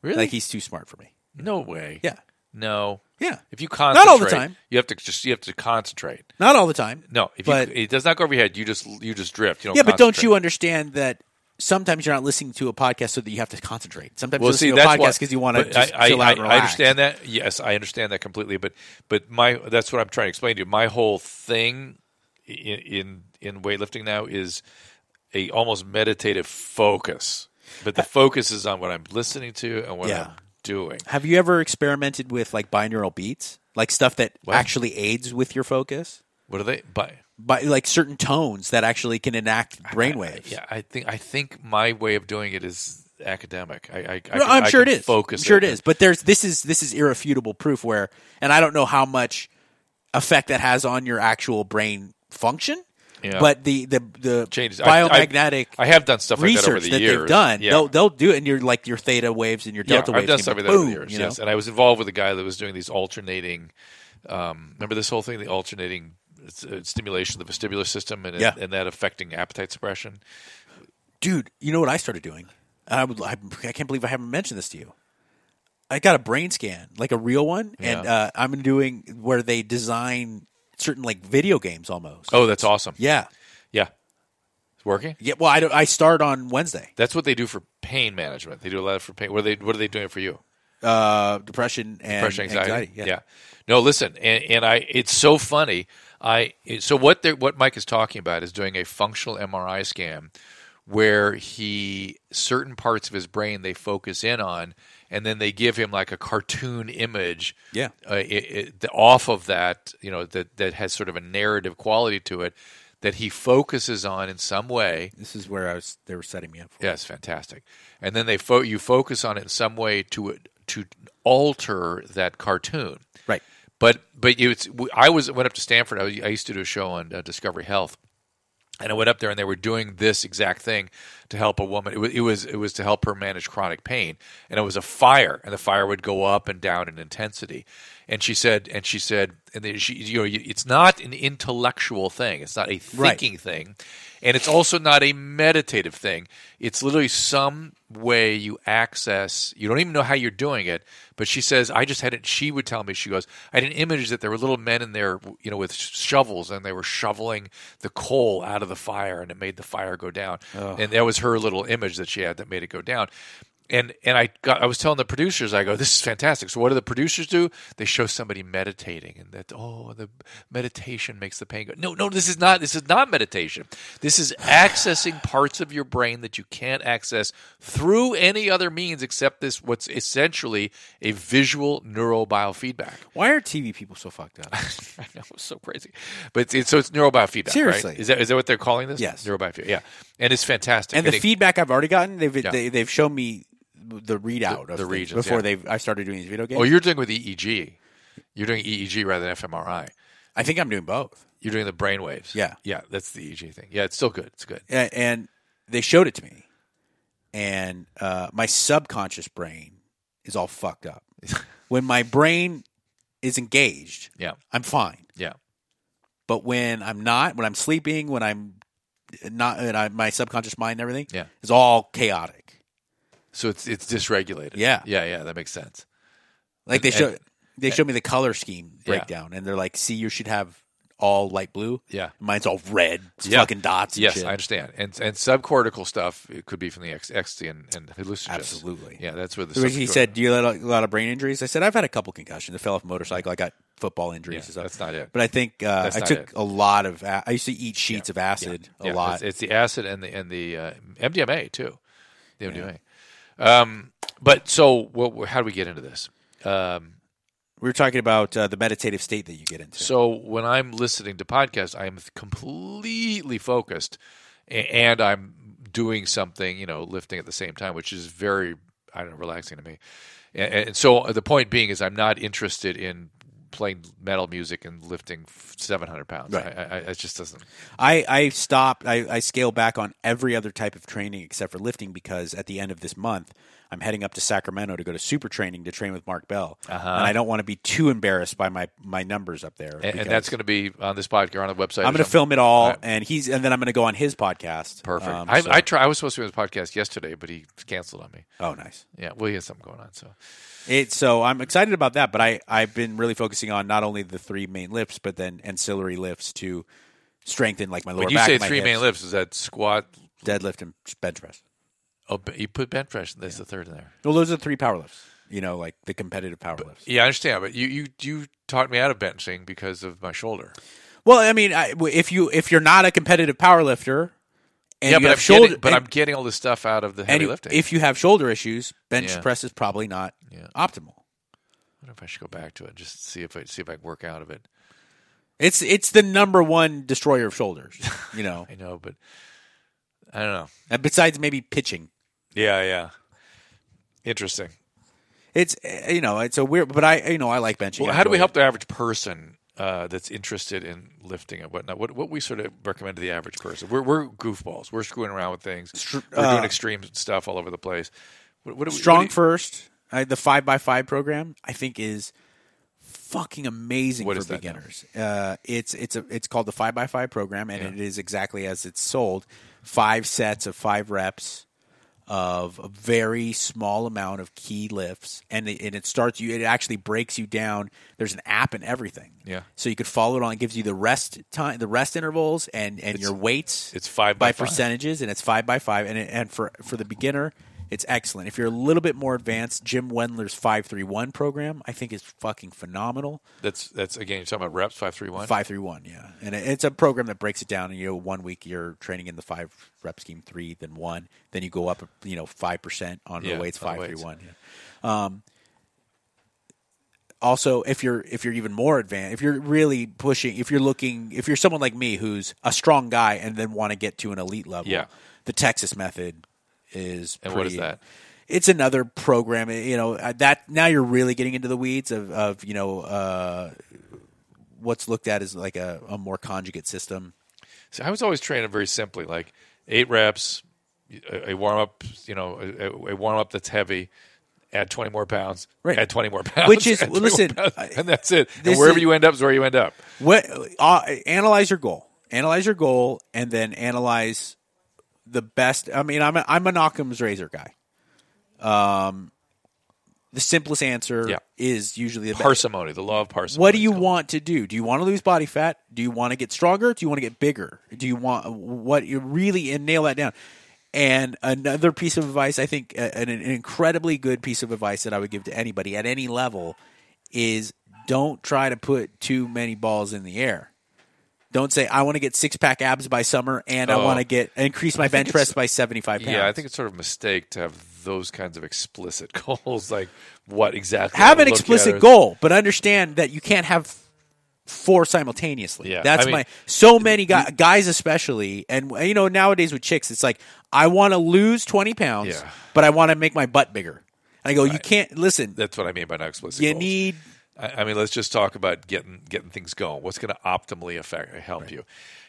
S2: really
S1: Like he's too smart for me.
S2: no way.
S1: Yeah.
S2: no.
S1: Yeah.
S2: If you concentrate,
S1: all the time.
S2: You have to just you have to concentrate.
S1: Not all the time.
S2: No, if
S1: But-
S2: you, it does not go over your head. You just you just drift. You don't
S1: Yeah, but don't
S2: concentrate.
S1: you understand that sometimes you're not listening to a podcast so that you have to concentrate. Sometimes
S2: Well,
S1: you listen
S2: see,
S1: to a
S2: that's
S1: podcast because you want to
S2: but
S1: just
S2: I,
S1: chill
S2: I,
S1: out and
S2: I, I
S1: relax.
S2: understand that. Yes, I understand that completely. But but my that's what I'm trying to explain to you. My whole thing in in, in weightlifting now is a almost meditative focus. But the focus is on what I'm listening to and what
S1: Uh, Yeah.
S2: I'm doing.
S1: Have you ever experimented with like binaural beats, like stuff that actually aids with your focus,
S2: What are they? But
S1: by like certain tones that actually can enact brainwaves?
S2: yeah, I think I think my way of doing it is academic. I, I, I
S1: No,
S2: can-
S1: I'm
S2: I
S1: sure it
S2: can
S1: is.
S2: Focus.
S1: I'm sure it is. But there's this is this is irrefutable proof where, and I don't know how much effect that has on your actual brain function.
S2: Yeah.
S1: But the the the
S2: Changes. I- I-
S1: biomagnetic
S2: I have done stuff like that over
S1: research
S2: the
S1: that
S2: years.
S1: they've done.
S2: Yeah.
S1: They'll they'll do it, and you're like your theta waves and your delta
S2: yeah,
S1: waves.
S2: I've done
S1: can
S2: stuff
S1: go
S2: like that over the
S1: boom,
S2: years.
S1: you know?
S2: Yes, and I was involved with a guy that was doing these alternating. Um, remember this whole thing, the alternating uh, stimulation of the vestibular system, and
S1: Yeah.
S2: and that affecting appetite suppression.
S1: dude. You know what I started doing? And I would. I, I can't believe I haven't mentioned this to you. I got a brain scan, like a real one, and
S2: Yeah.
S1: uh, I'm doing where they design certain like video games almost.
S2: Oh, that's awesome.
S1: Yeah,
S2: yeah, it's working.
S1: yeah. Well, I don't, I start on Wednesday.
S2: That's what they do for pain management. They do a lot for pain. What are they? What are they doing for you?
S1: Uh, depression and
S2: Pressure anxiety.
S1: Yeah.
S2: No, listen, and, and I. It's so funny. I. it- So what? they're- What Mike is talking about is doing a functional MRI scan, where he certain parts of his brain they focus in on, and then they give him like a cartoon image.
S1: Yeah.
S2: Uh, it, it, the, off of that, you know, that that has sort of a narrative quality to it that he focuses on in some way.
S1: This is where I was. They were setting me up for.
S2: Yeah, it's fantastic. And then they fo- you focus on it in some way to to alter that cartoon.
S1: Right.
S2: But but you- it's I was went up to Stanford. I, was, I used to do a show on uh, Discovery Health, and I went up there and they were doing this exact thing to help a woman. It was it was, it was to help her manage chronic pain, and it was a fire, and the fire would go up and down in intensity. And she said, and she said, and they, she, you know, you- it's not an intellectual thing. It's not a
S1: Right.
S2: thinking thing, and it's also not a meditative thing. It's literally some way you access. You don't even know how you're doing it, but she says, "I just had it." She would tell me, she goes, "I had an image that there were little men in there, you know, with sh- shovels, and they were shoveling the coal out of the fire, and it made the fire go down." And that was her little image that she had that made it go down. and and I got I was telling the producers I go this is fantastic. So what do the producers do? They show somebody meditating and that oh the meditation makes the pain go. No no this is not this is not meditation. This is accessing parts of your brain that you can't access through any other means except this what's essentially a visual neurobiofeedback.
S1: Why are TV people so fucked up?
S2: I know it's so crazy, but it's, it's so it's neurobiofeedback. right?
S1: Seriously.
S2: is that is that what they're calling this?
S1: Yes.
S2: neurobiofeedback. Yeah, and it's fantastic.
S1: and the
S2: it-
S1: feedback I've already gotten, they've
S2: Yeah.
S1: they, they've shown me the readout
S2: The-
S1: of
S2: the
S1: things
S2: regions,
S1: before
S2: yeah.
S1: they've I started doing these video games.
S2: Oh, you're doing with EEG. You're doing EEG rather than fMRI.
S1: I think I'm doing both.
S2: You're doing the brain waves.
S1: Yeah.
S2: Yeah, that's the EEG thing. Yeah, it's still good. It's good.
S1: and, and they showed it to me, and uh, my subconscious brain is all fucked up. when my brain is engaged,
S2: Yeah.
S1: I'm fine.
S2: Yeah.
S1: But when I'm not, when I'm sleeping, when I'm not, and I, my subconscious mind, and everything,
S2: Yeah.
S1: is all chaotic.
S2: So it's it's dysregulated.
S1: Yeah.
S2: Yeah, yeah, that makes sense.
S1: Like they
S2: And-
S1: show,
S2: and-
S1: they showed me the color scheme
S2: Yeah.
S1: breakdown, and they're like, "See, you should have all light blue.
S2: Yeah.
S1: mine's all red, it's
S2: Yeah.
S1: fucking dots. And
S2: yes,
S1: shit.
S2: I understand. And and subcortical stuff it could be from the ex- ecstasy and, and hallucinogens.
S1: Absolutely.
S2: Yeah, that's where the
S1: So he
S2: subcortical-
S1: said, "Do you have a lot of brain injuries?" I said, "I've had a couple concussions. I fell off a motorcycle. I got football injuries.
S2: Yeah,
S1: and stuff.
S2: that's not it.
S1: But I think uh,
S2: That's
S1: I
S2: not
S1: took
S2: it.
S1: a lot of. a- I used to eat sheets of acid a
S2: Yeah,
S1: lot.
S2: It's, it's the acid and the and the uh, MDMA too, the MDMA. Um, but so what? How do we get into this? Um,
S1: we were talking about uh, the meditative state that you get into.
S2: So when I'm listening to podcasts, I'm completely focused, a- and I'm doing something, you know, lifting at the same time, which is very, I don't know, relaxing to me. And, and so the point being is, I'm not interested in playing metal music and lifting 700 pounds.
S1: Right.
S2: I, I, it just doesn't.
S1: I, I stopped. I, I scaled back on every other type of training except for lifting because at the end of this month, I'm heading up to Sacramento to go to super training to train with Mark Bell,
S2: Uh-huh.
S1: and I don't want to be too embarrassed by my my numbers up there.
S2: And,
S1: because
S2: and that's going to be on this podcast or on the website.
S1: I'm going
S2: or
S1: to
S2: something.
S1: film it all,
S2: Right.
S1: and he's and then I'm going to go on his podcast.
S2: Perfect.
S1: Um,
S2: I,
S1: so-
S2: I try. I was supposed to be on this podcast yesterday, but he canceled on me.
S1: oh, nice.
S2: Yeah, well, he has something going on. So
S1: It so I'm excited about that, but I I've been really focusing on not only the three main lifts, but then ancillary lifts to strengthen like my lower
S2: when you
S1: back,
S2: say
S1: my
S2: three main
S1: hips,
S2: lifts, is that squat?
S1: deadlift, and bench press.
S2: Oh, but you put bench press. That's the third in there.
S1: Well, those are the three power lifts. You know, like the competitive power lifts.
S2: Yeah, I understand, but you you you talked me out of benching because of my shoulder.
S1: Well, I mean, I, if you if you're not a competitive power lifter, and
S2: yeah,
S1: you
S2: but
S1: have
S2: I'm
S1: shoulder,
S2: getting, but
S1: and,
S2: I'm getting all this stuff out of the
S1: and
S2: heavy
S1: you-
S2: lifting.
S1: if you have shoulder issues, bench
S2: Yeah.
S1: press is probably not
S2: Yeah.
S1: optimal.
S2: I wonder if I should go back to it, and just see if I see if I can work out of it.
S1: It's it's the number one destroyer of shoulders. You know,
S2: I know, but I don't know.
S1: and besides maybe pitching.
S2: Yeah, yeah. Interesting.
S1: It's uh, you know it's a weird, but I you know I like benching.
S2: Well,
S1: I
S2: how do we
S1: enjoy it.
S2: help the average person uh, that's interested in lifting and whatnot? What what we sort of recommend to the average person? We're we're goofballs. We're screwing around with things. we're doing
S1: uh,
S2: extreme stuff all over the place. What, what do we,
S1: Strong
S2: what do
S1: first. I, the five by five program I think is fucking amazing
S2: What
S1: for
S2: is that now?
S1: beginners. Uh, it's it's a, it's called the five by five program, and it is exactly as it's sold: five sets of five reps of a very small amount of key lifts, and it, and it starts you. It actually breaks you down. There's an app and everything.
S2: Yeah.
S1: So you could follow it on. It gives you the rest time, the rest intervals, and and your weights.
S2: it's five by
S1: by,
S2: five.
S1: percentages, and it's five by five. And it, and for for the beginner, it's excellent. If you're a little bit more advanced, Jim Wendler's five three one program I think is fucking phenomenal.
S2: that's that's again. You're talking about reps five three one.
S1: Five three one, yeah, and it- it's a program that breaks it down. And you know, one week you're training in the five rep scheme, three, then one, then you go up, you know, five percent on
S2: Yeah,
S1: the weights,
S2: on
S1: five
S2: the
S1: three
S2: weights.
S1: one. Um, also, if you're if you're even more advanced, if you're really pushing, if you're looking, if you're someone like me who's a strong guy and then want to get to an elite level,
S2: Yeah.
S1: the Texas method is
S2: And what is
S1: pretty-
S2: that?
S1: It's another program, eh, you know. uh, That now you're really getting into the weeds of, of you know uh, what's looked at as like a, a more conjugate system.
S2: So I was always training very simply, like eight reps, a, a warm up, you know, a, a warm up that's heavy. Add twenty more pounds.
S1: Right.
S2: Add twenty more pounds.
S1: Which is-
S2: add 20 more
S1: listen,
S2: pounds,
S1: I-
S2: and that's it. And
S1: this
S2: wherever
S1: is-
S2: you end up is where you end up.
S1: What uh, analyze your goal, analyze your goal, and then analyze the best. I mean, I'm a, I'm an Occam's razor guy. Um, the simplest answer
S2: Yeah.
S1: is usually the best.
S2: Parsimony, the law of parsimony.
S1: What do you
S2: is called.
S1: want to do? Do you want to lose body fat? Do you want to get stronger? Do you want to get bigger? Do you want what you really and nail that down? And another piece of advice, I think, uh, an, an incredibly good piece of advice that I would give to anybody at any level is don't try to put too many balls in the air. Don't say I want to get six pack abs by summer and I
S2: Oh.
S1: want to get increase my bench
S2: it's-
S1: press by seventy five pounds.
S2: Yeah, I think it's sort of a mistake to have those kinds of explicit goals. Like what exactly?
S1: have
S2: I
S1: an
S2: look at
S1: explicit
S2: or-
S1: goal, but understand that you can't have four simultaneously.
S2: Yeah,
S1: that's
S2: I mean-
S1: my so many guys, guys especially, and you know nowadays with chicks, it's like I want to lose twenty pounds,
S2: Yeah.
S1: but I want to make my butt bigger. And I go, you can't listen.
S2: That's what I mean by not explicit.
S1: You
S2: goals.
S1: need
S2: I, I mean, let's just talk about getting getting things going. What's going to optimally affect help you?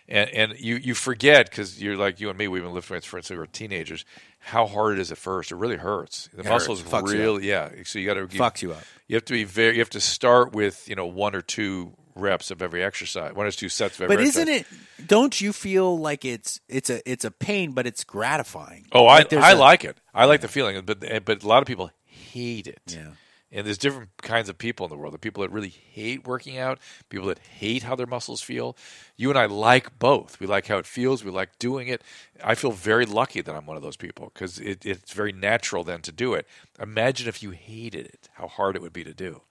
S2: And and you you forget because you're like you and me. We've been lifting weights since we were teenagers. How hard it is at first. It really hurts. The muscles
S1: Fucks you
S2: really yeah. So you got to
S1: Fucks you up.
S2: You have to be very. You have to start with you know one or two reps of every exercise. One or two sets of every.
S1: but isn't
S2: exercise.
S1: it? Don't you feel like it's it's a it's a pain, but it's gratifying?
S2: Oh, I
S1: Like there's
S2: I
S1: a-
S2: like it. I like the feeling, but but a lot of people hate it.
S1: Yeah.
S2: And there's different kinds of people in the world. The people that really hate working out, people that hate how their muscles feel. You and I like both. We like how it feels. We like doing it. I feel very lucky that I'm one of those people because it, it's very natural then to do it. Imagine if you hated it, how hard it would be to do.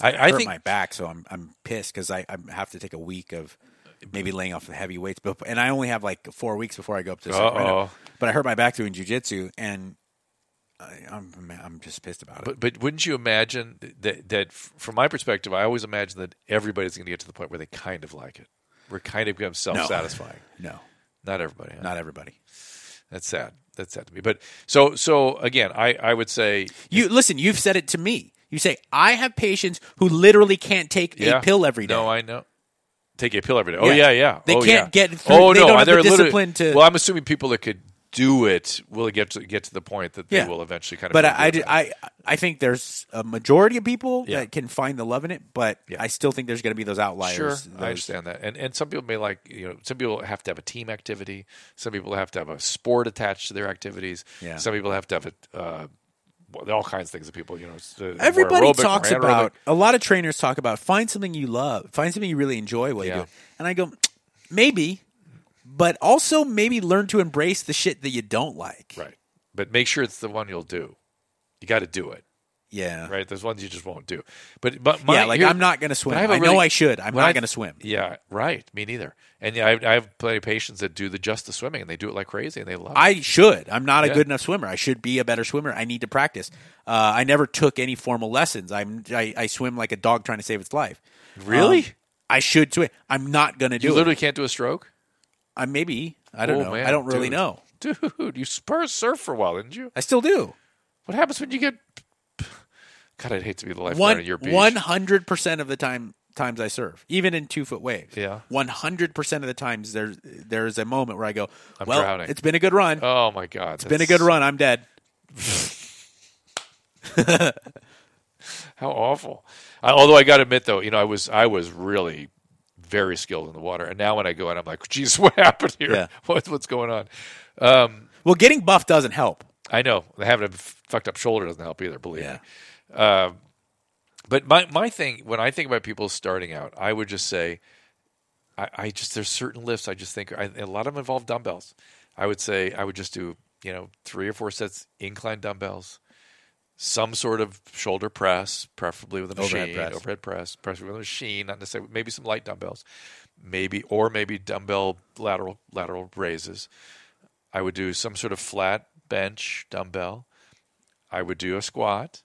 S2: I, I
S1: hurt
S2: think
S1: my back, so I'm I'm pissed because I, I have to take a week of maybe laying off the heavy weights, but and I only have like four weeks before I go up to. Sacramento.
S2: Uh-oh.
S1: But I hurt my back doing jujitsu, and I, I'm I'm just pissed about it.
S2: But but wouldn't you imagine that that f- from my perspective, I always imagine that everybody's going to get to the point where they kind of like it. We're kind of become self-satisfying.
S1: no,
S2: Not everybody. huh?
S1: not everybody.
S2: That's sad. That's sad to me. But so so again, I I would say
S1: You listen. You've said it to me. You say I have patients who literally can't take
S2: yeah,
S1: a pill every day.
S2: No, I know. Take a pill every day. Oh yeah, yeah.
S1: They
S2: Oh,
S1: can't
S2: yeah.
S1: get through-
S2: Oh
S1: they
S2: no,
S1: don't have the
S2: they're literally-
S1: discipline to-
S2: Well, I'm assuming people that could do it will get to get to the point that they
S1: Yeah.
S2: will eventually kind of.
S1: but
S2: feel
S1: I, I,
S2: good
S1: did-
S2: about it.
S1: I, I think there's a majority of people
S2: Yeah.
S1: that can find the love in it, but
S2: Yeah.
S1: I still think there's going to be those outliers.
S2: Sure, I
S1: those-
S2: understand that, and and some people may like you know some people have to have a team activity, some people have to have a sport attached to their activities,
S1: Yeah.
S2: some people have to have a, uh, well, all kinds of things that people you know. s- uh, more
S1: Everybody
S2: aerobic, more
S1: talks
S2: anaerobic.
S1: about a lot of trainers talk about find something you love, find something you really enjoy while you
S2: Yeah.
S1: do. it. And I go, maybe, but also maybe learn to embrace the shit that you don't like.
S2: right, but make sure it's the one you'll do. You got to do it,
S1: Yeah.
S2: right? There's ones you just won't do, but but my,
S1: Yeah, like
S2: here-
S1: I'm not gonna swim.
S2: but
S1: I,
S2: have a
S1: know
S2: really-
S1: I should. I'm
S2: when
S1: not
S2: I-
S1: gonna swim.
S2: Yeah, right. Me neither. And yeah, I, I have plenty of patients that do the just the swimming, and they do it like crazy, and they love. it.
S1: I should. I'm not a
S2: Yeah.
S1: good enough swimmer. I should be a better swimmer. I need to practice. Uh, I never took any formal lessons. I'm I, I swim like a dog trying to save its life.
S2: Really?
S1: Um, I should swim. I'm not gonna do
S2: You
S1: it.
S2: literally can't do a stroke,
S1: I maybe. I don't
S2: Oh,
S1: know.
S2: man,
S1: I don't really
S2: dude.
S1: know.
S2: dude. You spur surf for a while, didn't you?
S1: I still do.
S2: What happens when you get? God, I'd hate to be the lifeguard
S1: One
S2: at your beach.
S1: one hundred percent of the time times I serve, even in two foot waves.
S2: Yeah.
S1: one hundred percent of the times there's there's a moment where I go,
S2: I'm
S1: well,
S2: drowning."
S1: it's been a good run.
S2: Oh my God, it's
S1: it's been a good run. I'm dead.
S2: How awful! I, although I got to admit, though, you know, I was I was really very skilled in the water, and now when I go in, I'm like, Jesus, what happened here?
S1: Yeah.
S2: What, what's going on? Um,
S1: Well, getting buff doesn't help.
S2: I know having a f- fucked up shoulder doesn't help either. Believe
S1: Yeah.
S2: me. Um, but my my thing when I think about people starting out, I would just say, I, I just there's certain lifts I just think I, a lot of them involve dumbbells. I would say I would just do you know three or four sets incline dumbbells, some sort of shoulder press, preferably with a machine,
S1: Overhead press.
S2: overhead press, press with a machine, not necessarily maybe some light dumbbells, maybe or maybe dumbbell lateral lateral raises. I would do some sort of flat bench dumbbell. I would do a squat.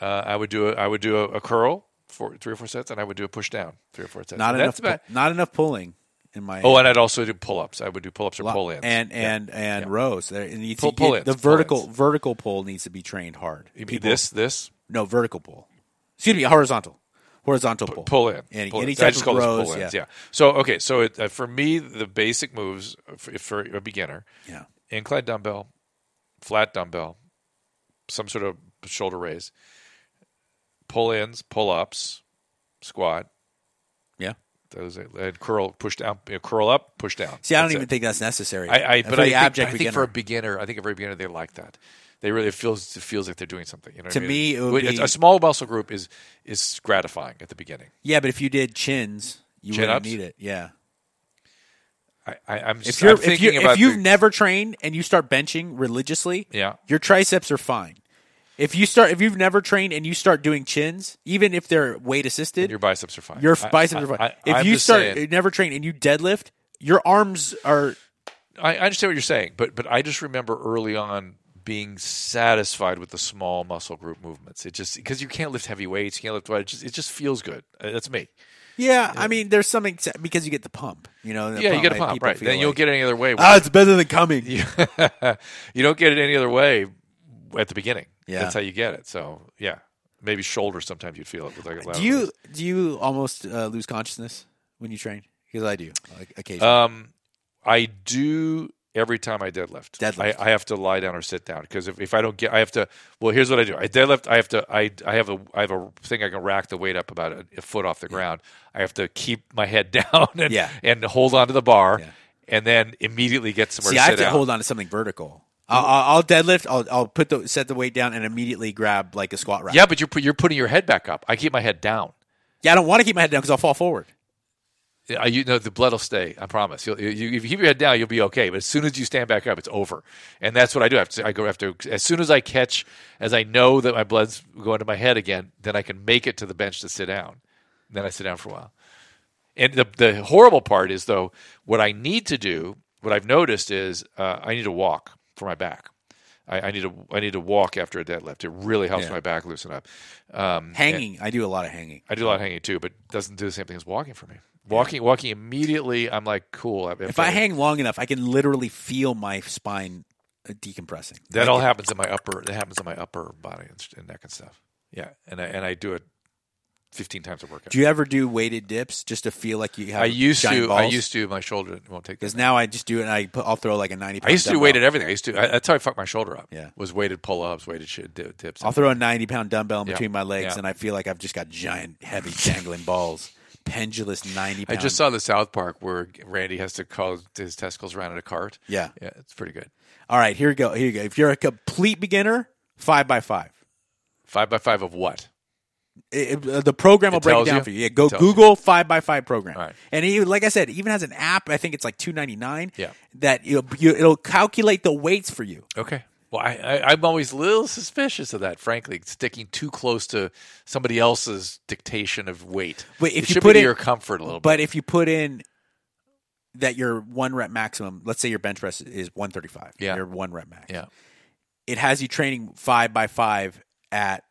S2: Uh, I would do a, I would do a, a curl for three or four sets, and I would do a push down three or four sets.
S1: Not
S2: And
S1: enough.
S2: That's about,
S1: pu- not enough pulling in my.
S2: oh, and I'd also do pull ups. I would do pull ups or pull ins.
S1: and and and rows. There, and you
S2: Pull-
S1: see-
S2: pull-ins,
S1: the vertical
S2: pull-ins.
S1: vertical pull needs to be trained hard.
S2: You mean
S1: People-
S2: this this
S1: No, vertical pull. Excuse me, horizontal. Horizontal pull.
S2: pull in.
S1: Any,
S2: pull in.
S1: any
S2: So I
S1: type
S2: just
S1: of
S2: call
S1: rows.
S2: those pull ins.
S1: yeah.
S2: Yeah. So okay, so it, uh, for me, the basic moves for, for a beginner:
S1: Yeah.
S2: incline dumbbell, flat dumbbell, some sort of shoulder raise, pull ins, pull ups, squat.
S1: Yeah.
S2: Those and curl, push down, you know, curl up, push down.
S1: See, I don't
S2: That's
S1: even
S2: it.
S1: think that's necessary.
S2: I, I
S1: And
S2: but
S1: for
S2: I
S1: the
S2: think,
S1: abject
S2: I think
S1: beginner.
S2: for a beginner, I think a very beginner they like that. They really it feels it feels like they're doing something. You know, what
S1: To
S2: I mean?
S1: me, it would
S2: Wait,
S1: be-
S2: a small muscle group is is gratifying at the beginning.
S1: Yeah, but if you did chins, you wouldn't
S2: Chin-ups?
S1: need it. Yeah.
S2: I, I, I'm,
S1: If
S2: just,
S1: you're
S2: I'm
S1: if
S2: thinking
S1: you
S2: about
S1: if you've
S2: the-
S1: never trained and you start benching religiously,
S2: Yeah.
S1: your triceps are fine. If you start if you've never trained and you start doing chins, even if they're weight assisted,
S2: your biceps are fine.
S1: your
S2: I-
S1: biceps
S2: I-
S1: are fine.
S2: I-
S1: if
S2: I'm
S1: you
S2: just
S1: start
S2: saying.
S1: never trained and you deadlift, your arms are
S2: I, I understand what you're saying, but but I just remember early on being satisfied with the small muscle group movements. It just because you can't lift heavy weights, you can't lift it just it just feels good. Uh, That's me.
S1: yeah, I mean, there's something to, because you get the pump, you know. the
S2: yeah, you get a
S1: like,
S2: pump,
S1: people
S2: right?
S1: feel
S2: Then you'll
S1: like,
S2: get it any other way.
S1: ah, it's better than coming.
S2: you don't get it any other way at the beginning.
S1: Yeah.
S2: that's how you get it. So yeah, maybe shoulder. Sometimes you'd feel it with like a loud
S1: Do you do you almost uh, lose consciousness when you train? Because I do like, occasionally.
S2: Um, I do every time I deadlift.
S1: Deadlift.
S2: I, I have to lie down or sit down because if, if I don't get, I have to. Well, here's what I do. I deadlift. I have to. I I have a I have a thing I can rack the weight up about a, a foot off the ground. I have to keep my head down and
S1: Yeah.
S2: and hold on to the bar.
S1: Yeah.
S2: And then immediately get somewhere
S1: See,
S2: to
S1: I
S2: Oh, sit
S1: have to
S2: down. Hmm.
S1: hold on to something vertical. I'll, I'll, I'll deadlift. I'll, I'll put the set the weight down and immediately grab like a squat rack.
S2: yeah, but you're pu- you're putting your head back up. I keep my head down.
S1: Yeah, I don't want to keep my head down because I'll fall forward.
S2: I, you know the blood will stay. I promise. You'll, you, you- if you keep your head down, you'll be okay. But as soon as you stand back up, it's over. And that's what I do. I, have to, I go after as soon as I catch, as I know that my blood's going to my head again, then I can make it to the bench to sit down. Then I sit down for a while. And the the horrible part is though, what I need to do, what I've noticed is, uh, I need to walk for my back. I, I need to I need to walk after a deadlift. It really helps my back loosen up. Um,
S1: Hanging, I do a lot of hanging.
S2: I do a lot of hanging too, but doesn't do the same thing as walking for me. Walking, walking immediately, I'm like, cool.
S1: If I hang long enough, I can literally feel my spine uh, decompressing.
S2: that all happens in my upper, that happens in my upper body and, st- and neck and stuff. Yeah, and I and I do it 15 times a workout.
S1: Do you ever do weighted dips just to feel like you have?
S2: I used
S1: giant
S2: to,
S1: Balls?
S2: I used to. My shoulder won't take
S1: because
S2: this.
S1: now I just do it. and I put, I'll throw like a ninety.
S2: I used to do
S1: dumbbell.
S2: weighted everything. I used to. I, that's how I fucked my shoulder up.
S1: Yeah.
S2: was weighted pull ups, weighted shit, di- dips.
S1: I'll throw a ninety pound dumbbell in
S2: Yeah.
S1: between my legs,
S2: Yeah.
S1: and I feel like I've just got giant, heavy, dangling balls, pendulous ninety.
S2: I
S1: Pound.
S2: just saw the South Park where Randy has to call his testicles around in a cart.
S1: Yeah.
S2: yeah, it's pretty good.
S1: All right, here you go. Here you go. If you're a complete beginner, five by five.
S2: Five by five of what?
S1: It- it- uh, the program will break it
S2: tells
S1: down
S2: you?
S1: for you. Yeah, go
S2: It tells
S1: Google five by five program,
S2: All right.
S1: and it, like I said, it even has an app. I think it's like two ninety nine.
S2: Yeah.
S1: that it'll, you, it'll calculate the weights for you.
S2: Okay. Well, I, I, I'm always a little suspicious of that, frankly, sticking too close to somebody else's dictation of weight.
S1: Wait, if
S2: It
S1: you
S2: should
S1: put
S2: be to
S1: it-
S2: your comfort a little bit.
S1: But if you put in that your one rep maximum, let's say your bench press is one thirty five.
S2: Yeah.
S1: your one rep max.
S2: Yeah.
S1: it has you training five by five at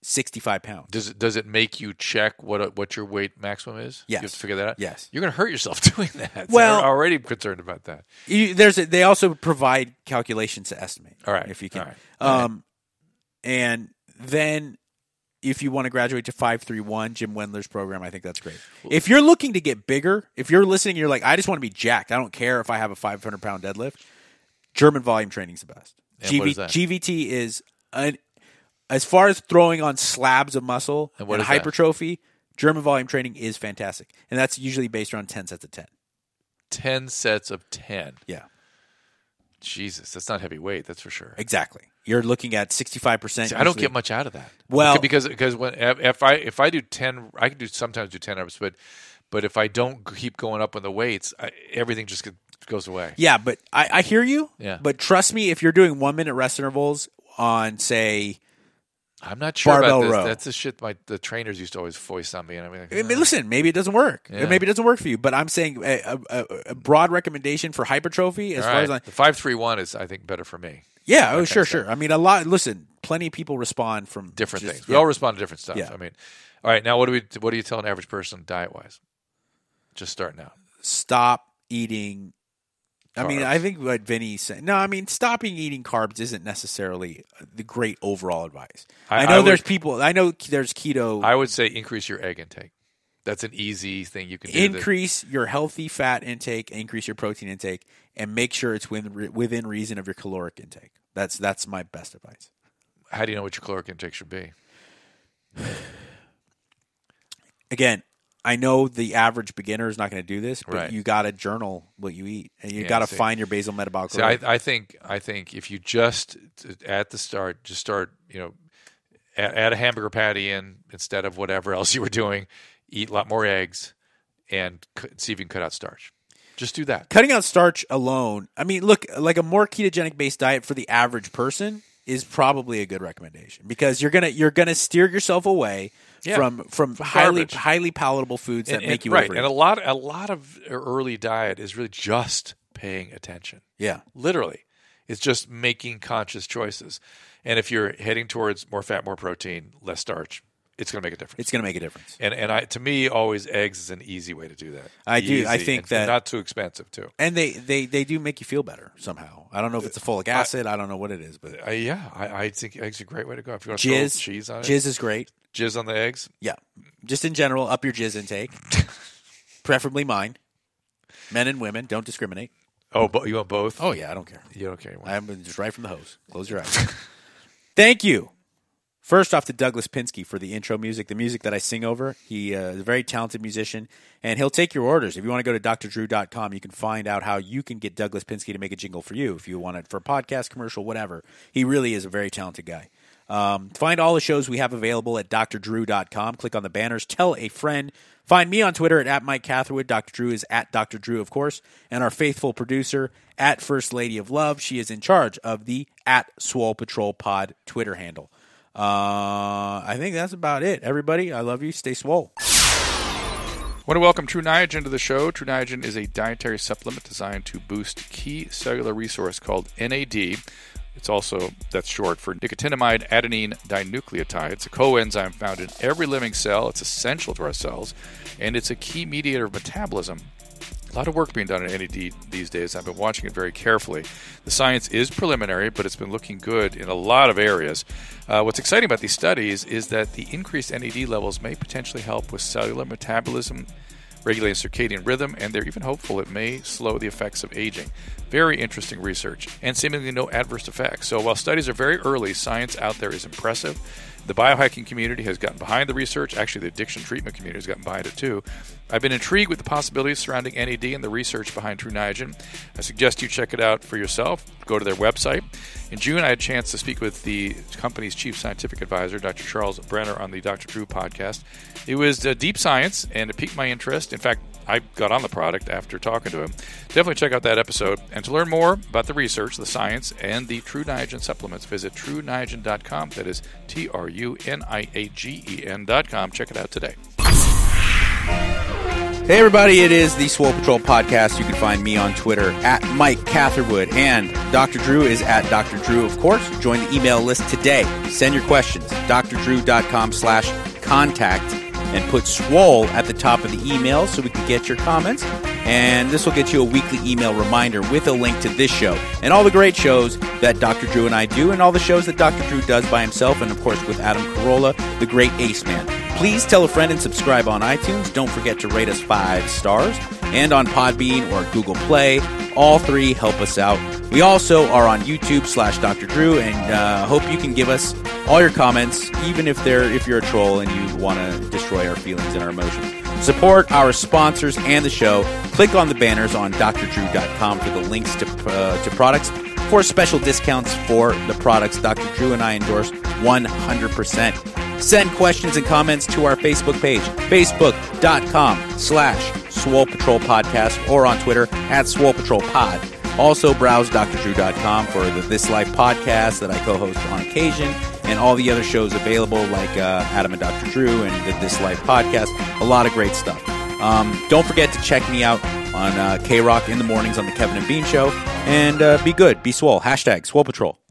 S1: sixty five pounds.
S2: Does it, does it make you check what what your weight maximum is? You have
S1: Yes.
S2: to figure that out.
S1: Yes.
S2: You're going to hurt yourself doing that.
S1: Well-
S2: I'm already concerned about that.
S1: You, there's a, they also provide calculations to estimate.
S2: All right.
S1: if you can.
S2: All right.
S1: Um, and then if you want to graduate to five three one, Jim Wendler's program, I think that's great. If you're looking to get bigger, if you're listening, you're like, I just want to be jacked. I don't care if I have a five hundred pound deadlift. German volume training's the best.
S2: And what is that?
S1: GVT is an as far as throwing on slabs of muscle
S2: And what is that?
S1: hypertrophy. German volume training is fantastic, and that's usually based around ten sets of ten.
S2: 10 sets of 10.
S1: Yeah.
S2: Jesus, that's not heavy weight, that's for sure.
S1: Exactly. You're looking at 65%.
S2: See, I don't
S1: usually.
S2: get much out of that.
S1: Well-
S2: because because when if I if I do ten, I can do sometimes do ten reps, but but if I don't keep going up on the weights, I, everything just get, goes away.
S1: Yeah, but I, I hear you.
S2: Yeah.
S1: But trust me, if you're doing one minute rest intervals on, say,
S2: I'm not sure about
S1: Barbell
S2: this.
S1: row.
S2: That's the shit my the trainers used to always voice on me, and I mean, like,
S1: I mean,
S2: "Ugh."
S1: listen, maybe it doesn't work.
S2: Yeah.
S1: Maybe it doesn't work for you, but I'm saying a, a, a- a broad recommendation for hypertrophy as
S2: All
S1: far
S2: right.
S1: as I.
S2: the five three one is I think better for me.
S1: Yeah, oh, sure,
S2: so-
S1: sure. I mean, a lot, listen, plenty of people respond from
S2: Different
S1: just-
S2: things. We
S1: yeah.
S2: all respond to different stuff.
S1: Yeah.
S2: I mean, all right. Now, what do we? What do you tell an average person diet wise? Just starting out.
S1: Stop eating. I mean,
S2: Carbs.
S1: I think what Vinny said. No, I mean, stopping eating carbs isn't necessarily the great overall advice.
S2: I-
S1: I,
S2: I
S1: know
S2: would-
S1: there's people. I know there's keto.
S2: I would say increase your egg intake. That's an easy thing you can do. that-
S1: increase your healthy fat intake, increase your protein intake, and make sure it's within, within reason of your caloric intake. That's that's my best advice.
S2: how do you know what your caloric intake should be?
S1: Again, I know the average beginner is not going to do this, but
S2: Right.
S1: you got to journal what you eat, and you
S2: Yeah,
S1: got to
S2: see.
S1: find your basal metabolic.
S2: See, I,
S1: rate.
S2: I think I think if you just t- at the start, just start, you know, add, add a hamburger patty in instead of whatever else you were doing. Eat a lot more eggs, and c- see if you can cut out starch. Just do that.
S1: Cutting out starch alone. I mean, look, like a more ketogenic based diet for the average person is probably a good recommendation because you're gonna you're gonna steer yourself away
S2: Yeah.
S1: from from highly
S2: garbage.
S1: highly palatable foods that
S2: And-
S1: make
S2: and-
S1: you
S2: right,
S1: overeat.
S2: and a lot a lot of e, early diet is really just paying attention.
S1: yeah,
S2: Literally, it's just making conscious choices. And if you're heading towards more fat, more protein, less starch, it's going to make a difference.
S1: it's gonna make a difference.
S2: and and I to me always eggs is an easy way to do that.
S1: I do. I
S2: Easy
S1: think
S2: and
S1: that-
S2: not too expensive too.
S1: And they, they, they do make you feel better somehow. I don't know if it's the folic acid. I, don't know what it is, but
S2: Uh, yeah, I, I think eggs are a great way to go. If you want to throw
S1: jizz,
S2: cheese on it,
S1: jizz is great.
S2: jizz on the eggs.
S1: Yeah, just in general, up your jizz intake, preferably mine. Men and women don't discriminate.
S2: Oh, bo- you want both?
S1: Oh yeah, I don't care.
S2: you okay? Well,
S1: I'm just right from the hose. Close your eyes. Thank you. First off to Douglas Pinsky for the intro music, the music that I sing over. He uh, is a very talented musician, and he'll take your orders. If you want to go to drdrew.com, you can find out how you can get Douglas Pinsky to make a jingle for you if you want it for a podcast, commercial, whatever. He really is a very talented guy. Um, find all the shows we have available at drdrew.com. Click on the banners. Tell a friend. Find me on Twitter at, at Mike Catherwood. Dr. Drew is at Dr. Drew, of course. And our faithful producer at First Lady of Love. She is in charge of the at Swole Patrol Pod Twitter handle. Uh, I think that's about it. Everybody, I love you. Stay swole.
S3: Want to welcome True Niagen to the show. True Niagen is a dietary supplement designed to boost key cellular resource called NAD. It's also that's short for nicotinamide adenine dinucleotide. It's a coenzyme found in every living cell. It's essential to our cells, and it's a key mediator of metabolism a lot of work being done at NED these days. I've been watching it very carefully. The science is preliminary, but it's been looking good in a lot of areas. Uh, what's exciting about these studies is that the increased NED levels may potentially help with cellular metabolism, regulating circadian rhythm, and they're even hopeful it may slow the effects of aging. Very interesting research, and seemingly no adverse effects. So while studies are very early, science out there is impressive. The biohacking community has gotten behind the research. Actually, the addiction treatment community has gotten behind it too. I've been intrigued with the possibilities surrounding NAD and the research behind True Niagen. I suggest you check it out for yourself. Go to their website. In June, I had a chance to speak with the company's chief scientific advisor, Dr. Charles Brenner, on the Dr. Drew podcast. It was uh, deep science, and it piqued my interest. In fact, I got on the product after talking to him. Definitely check out that episode. And to learn more about the research, the science, and the True Niagen supplements, visit trueniagen.com. That is T R U N I A G E N.com. Check it out today.
S1: Hey, everybody, it is the Swole Patrol podcast. You can find me on Twitter at Mike Catherwood, and Dr. Drew is at Dr. Drew, of course. Join the email list today. Send your questions, drdrew.com slash contact, and put swole at the top of the email so we can get your comments. And this will get you a weekly email reminder with a link to this show and all the great shows that Dr. Drew and I do, and all the shows that Dr. Drew does by himself, and of course with Adam Carolla, the great ace man. Please tell a friend and subscribe on iTunes. Don't forget to rate us five stars and on Podbean or Google Play. All three help us out. We also are on YouTube slash Dr. Drew and uh, hope you can give us all your comments, even if they're if you're a troll and you want to destroy our feelings and our emotions. Support our sponsors and the show. Click on the banners on drdrew.com for the links to, uh, to products for special discounts for the products Dr. Drew and I endorse 100%. Send questions and comments to our Facebook page, facebook.com slash Swole Patrol Podcast, or on Twitter at Swole Patrol Pod. Also, browse drdrew.com for the This Life podcast that I co host on occasion and all the other shows available, like uh, Adam and Dr. Drew and the This Life podcast. A lot of great stuff. Um, don't forget to check me out on uh, K Rock in the mornings on the Kevin and Bean Show. And uh, be good, be swole. Hashtag Swole Patrol.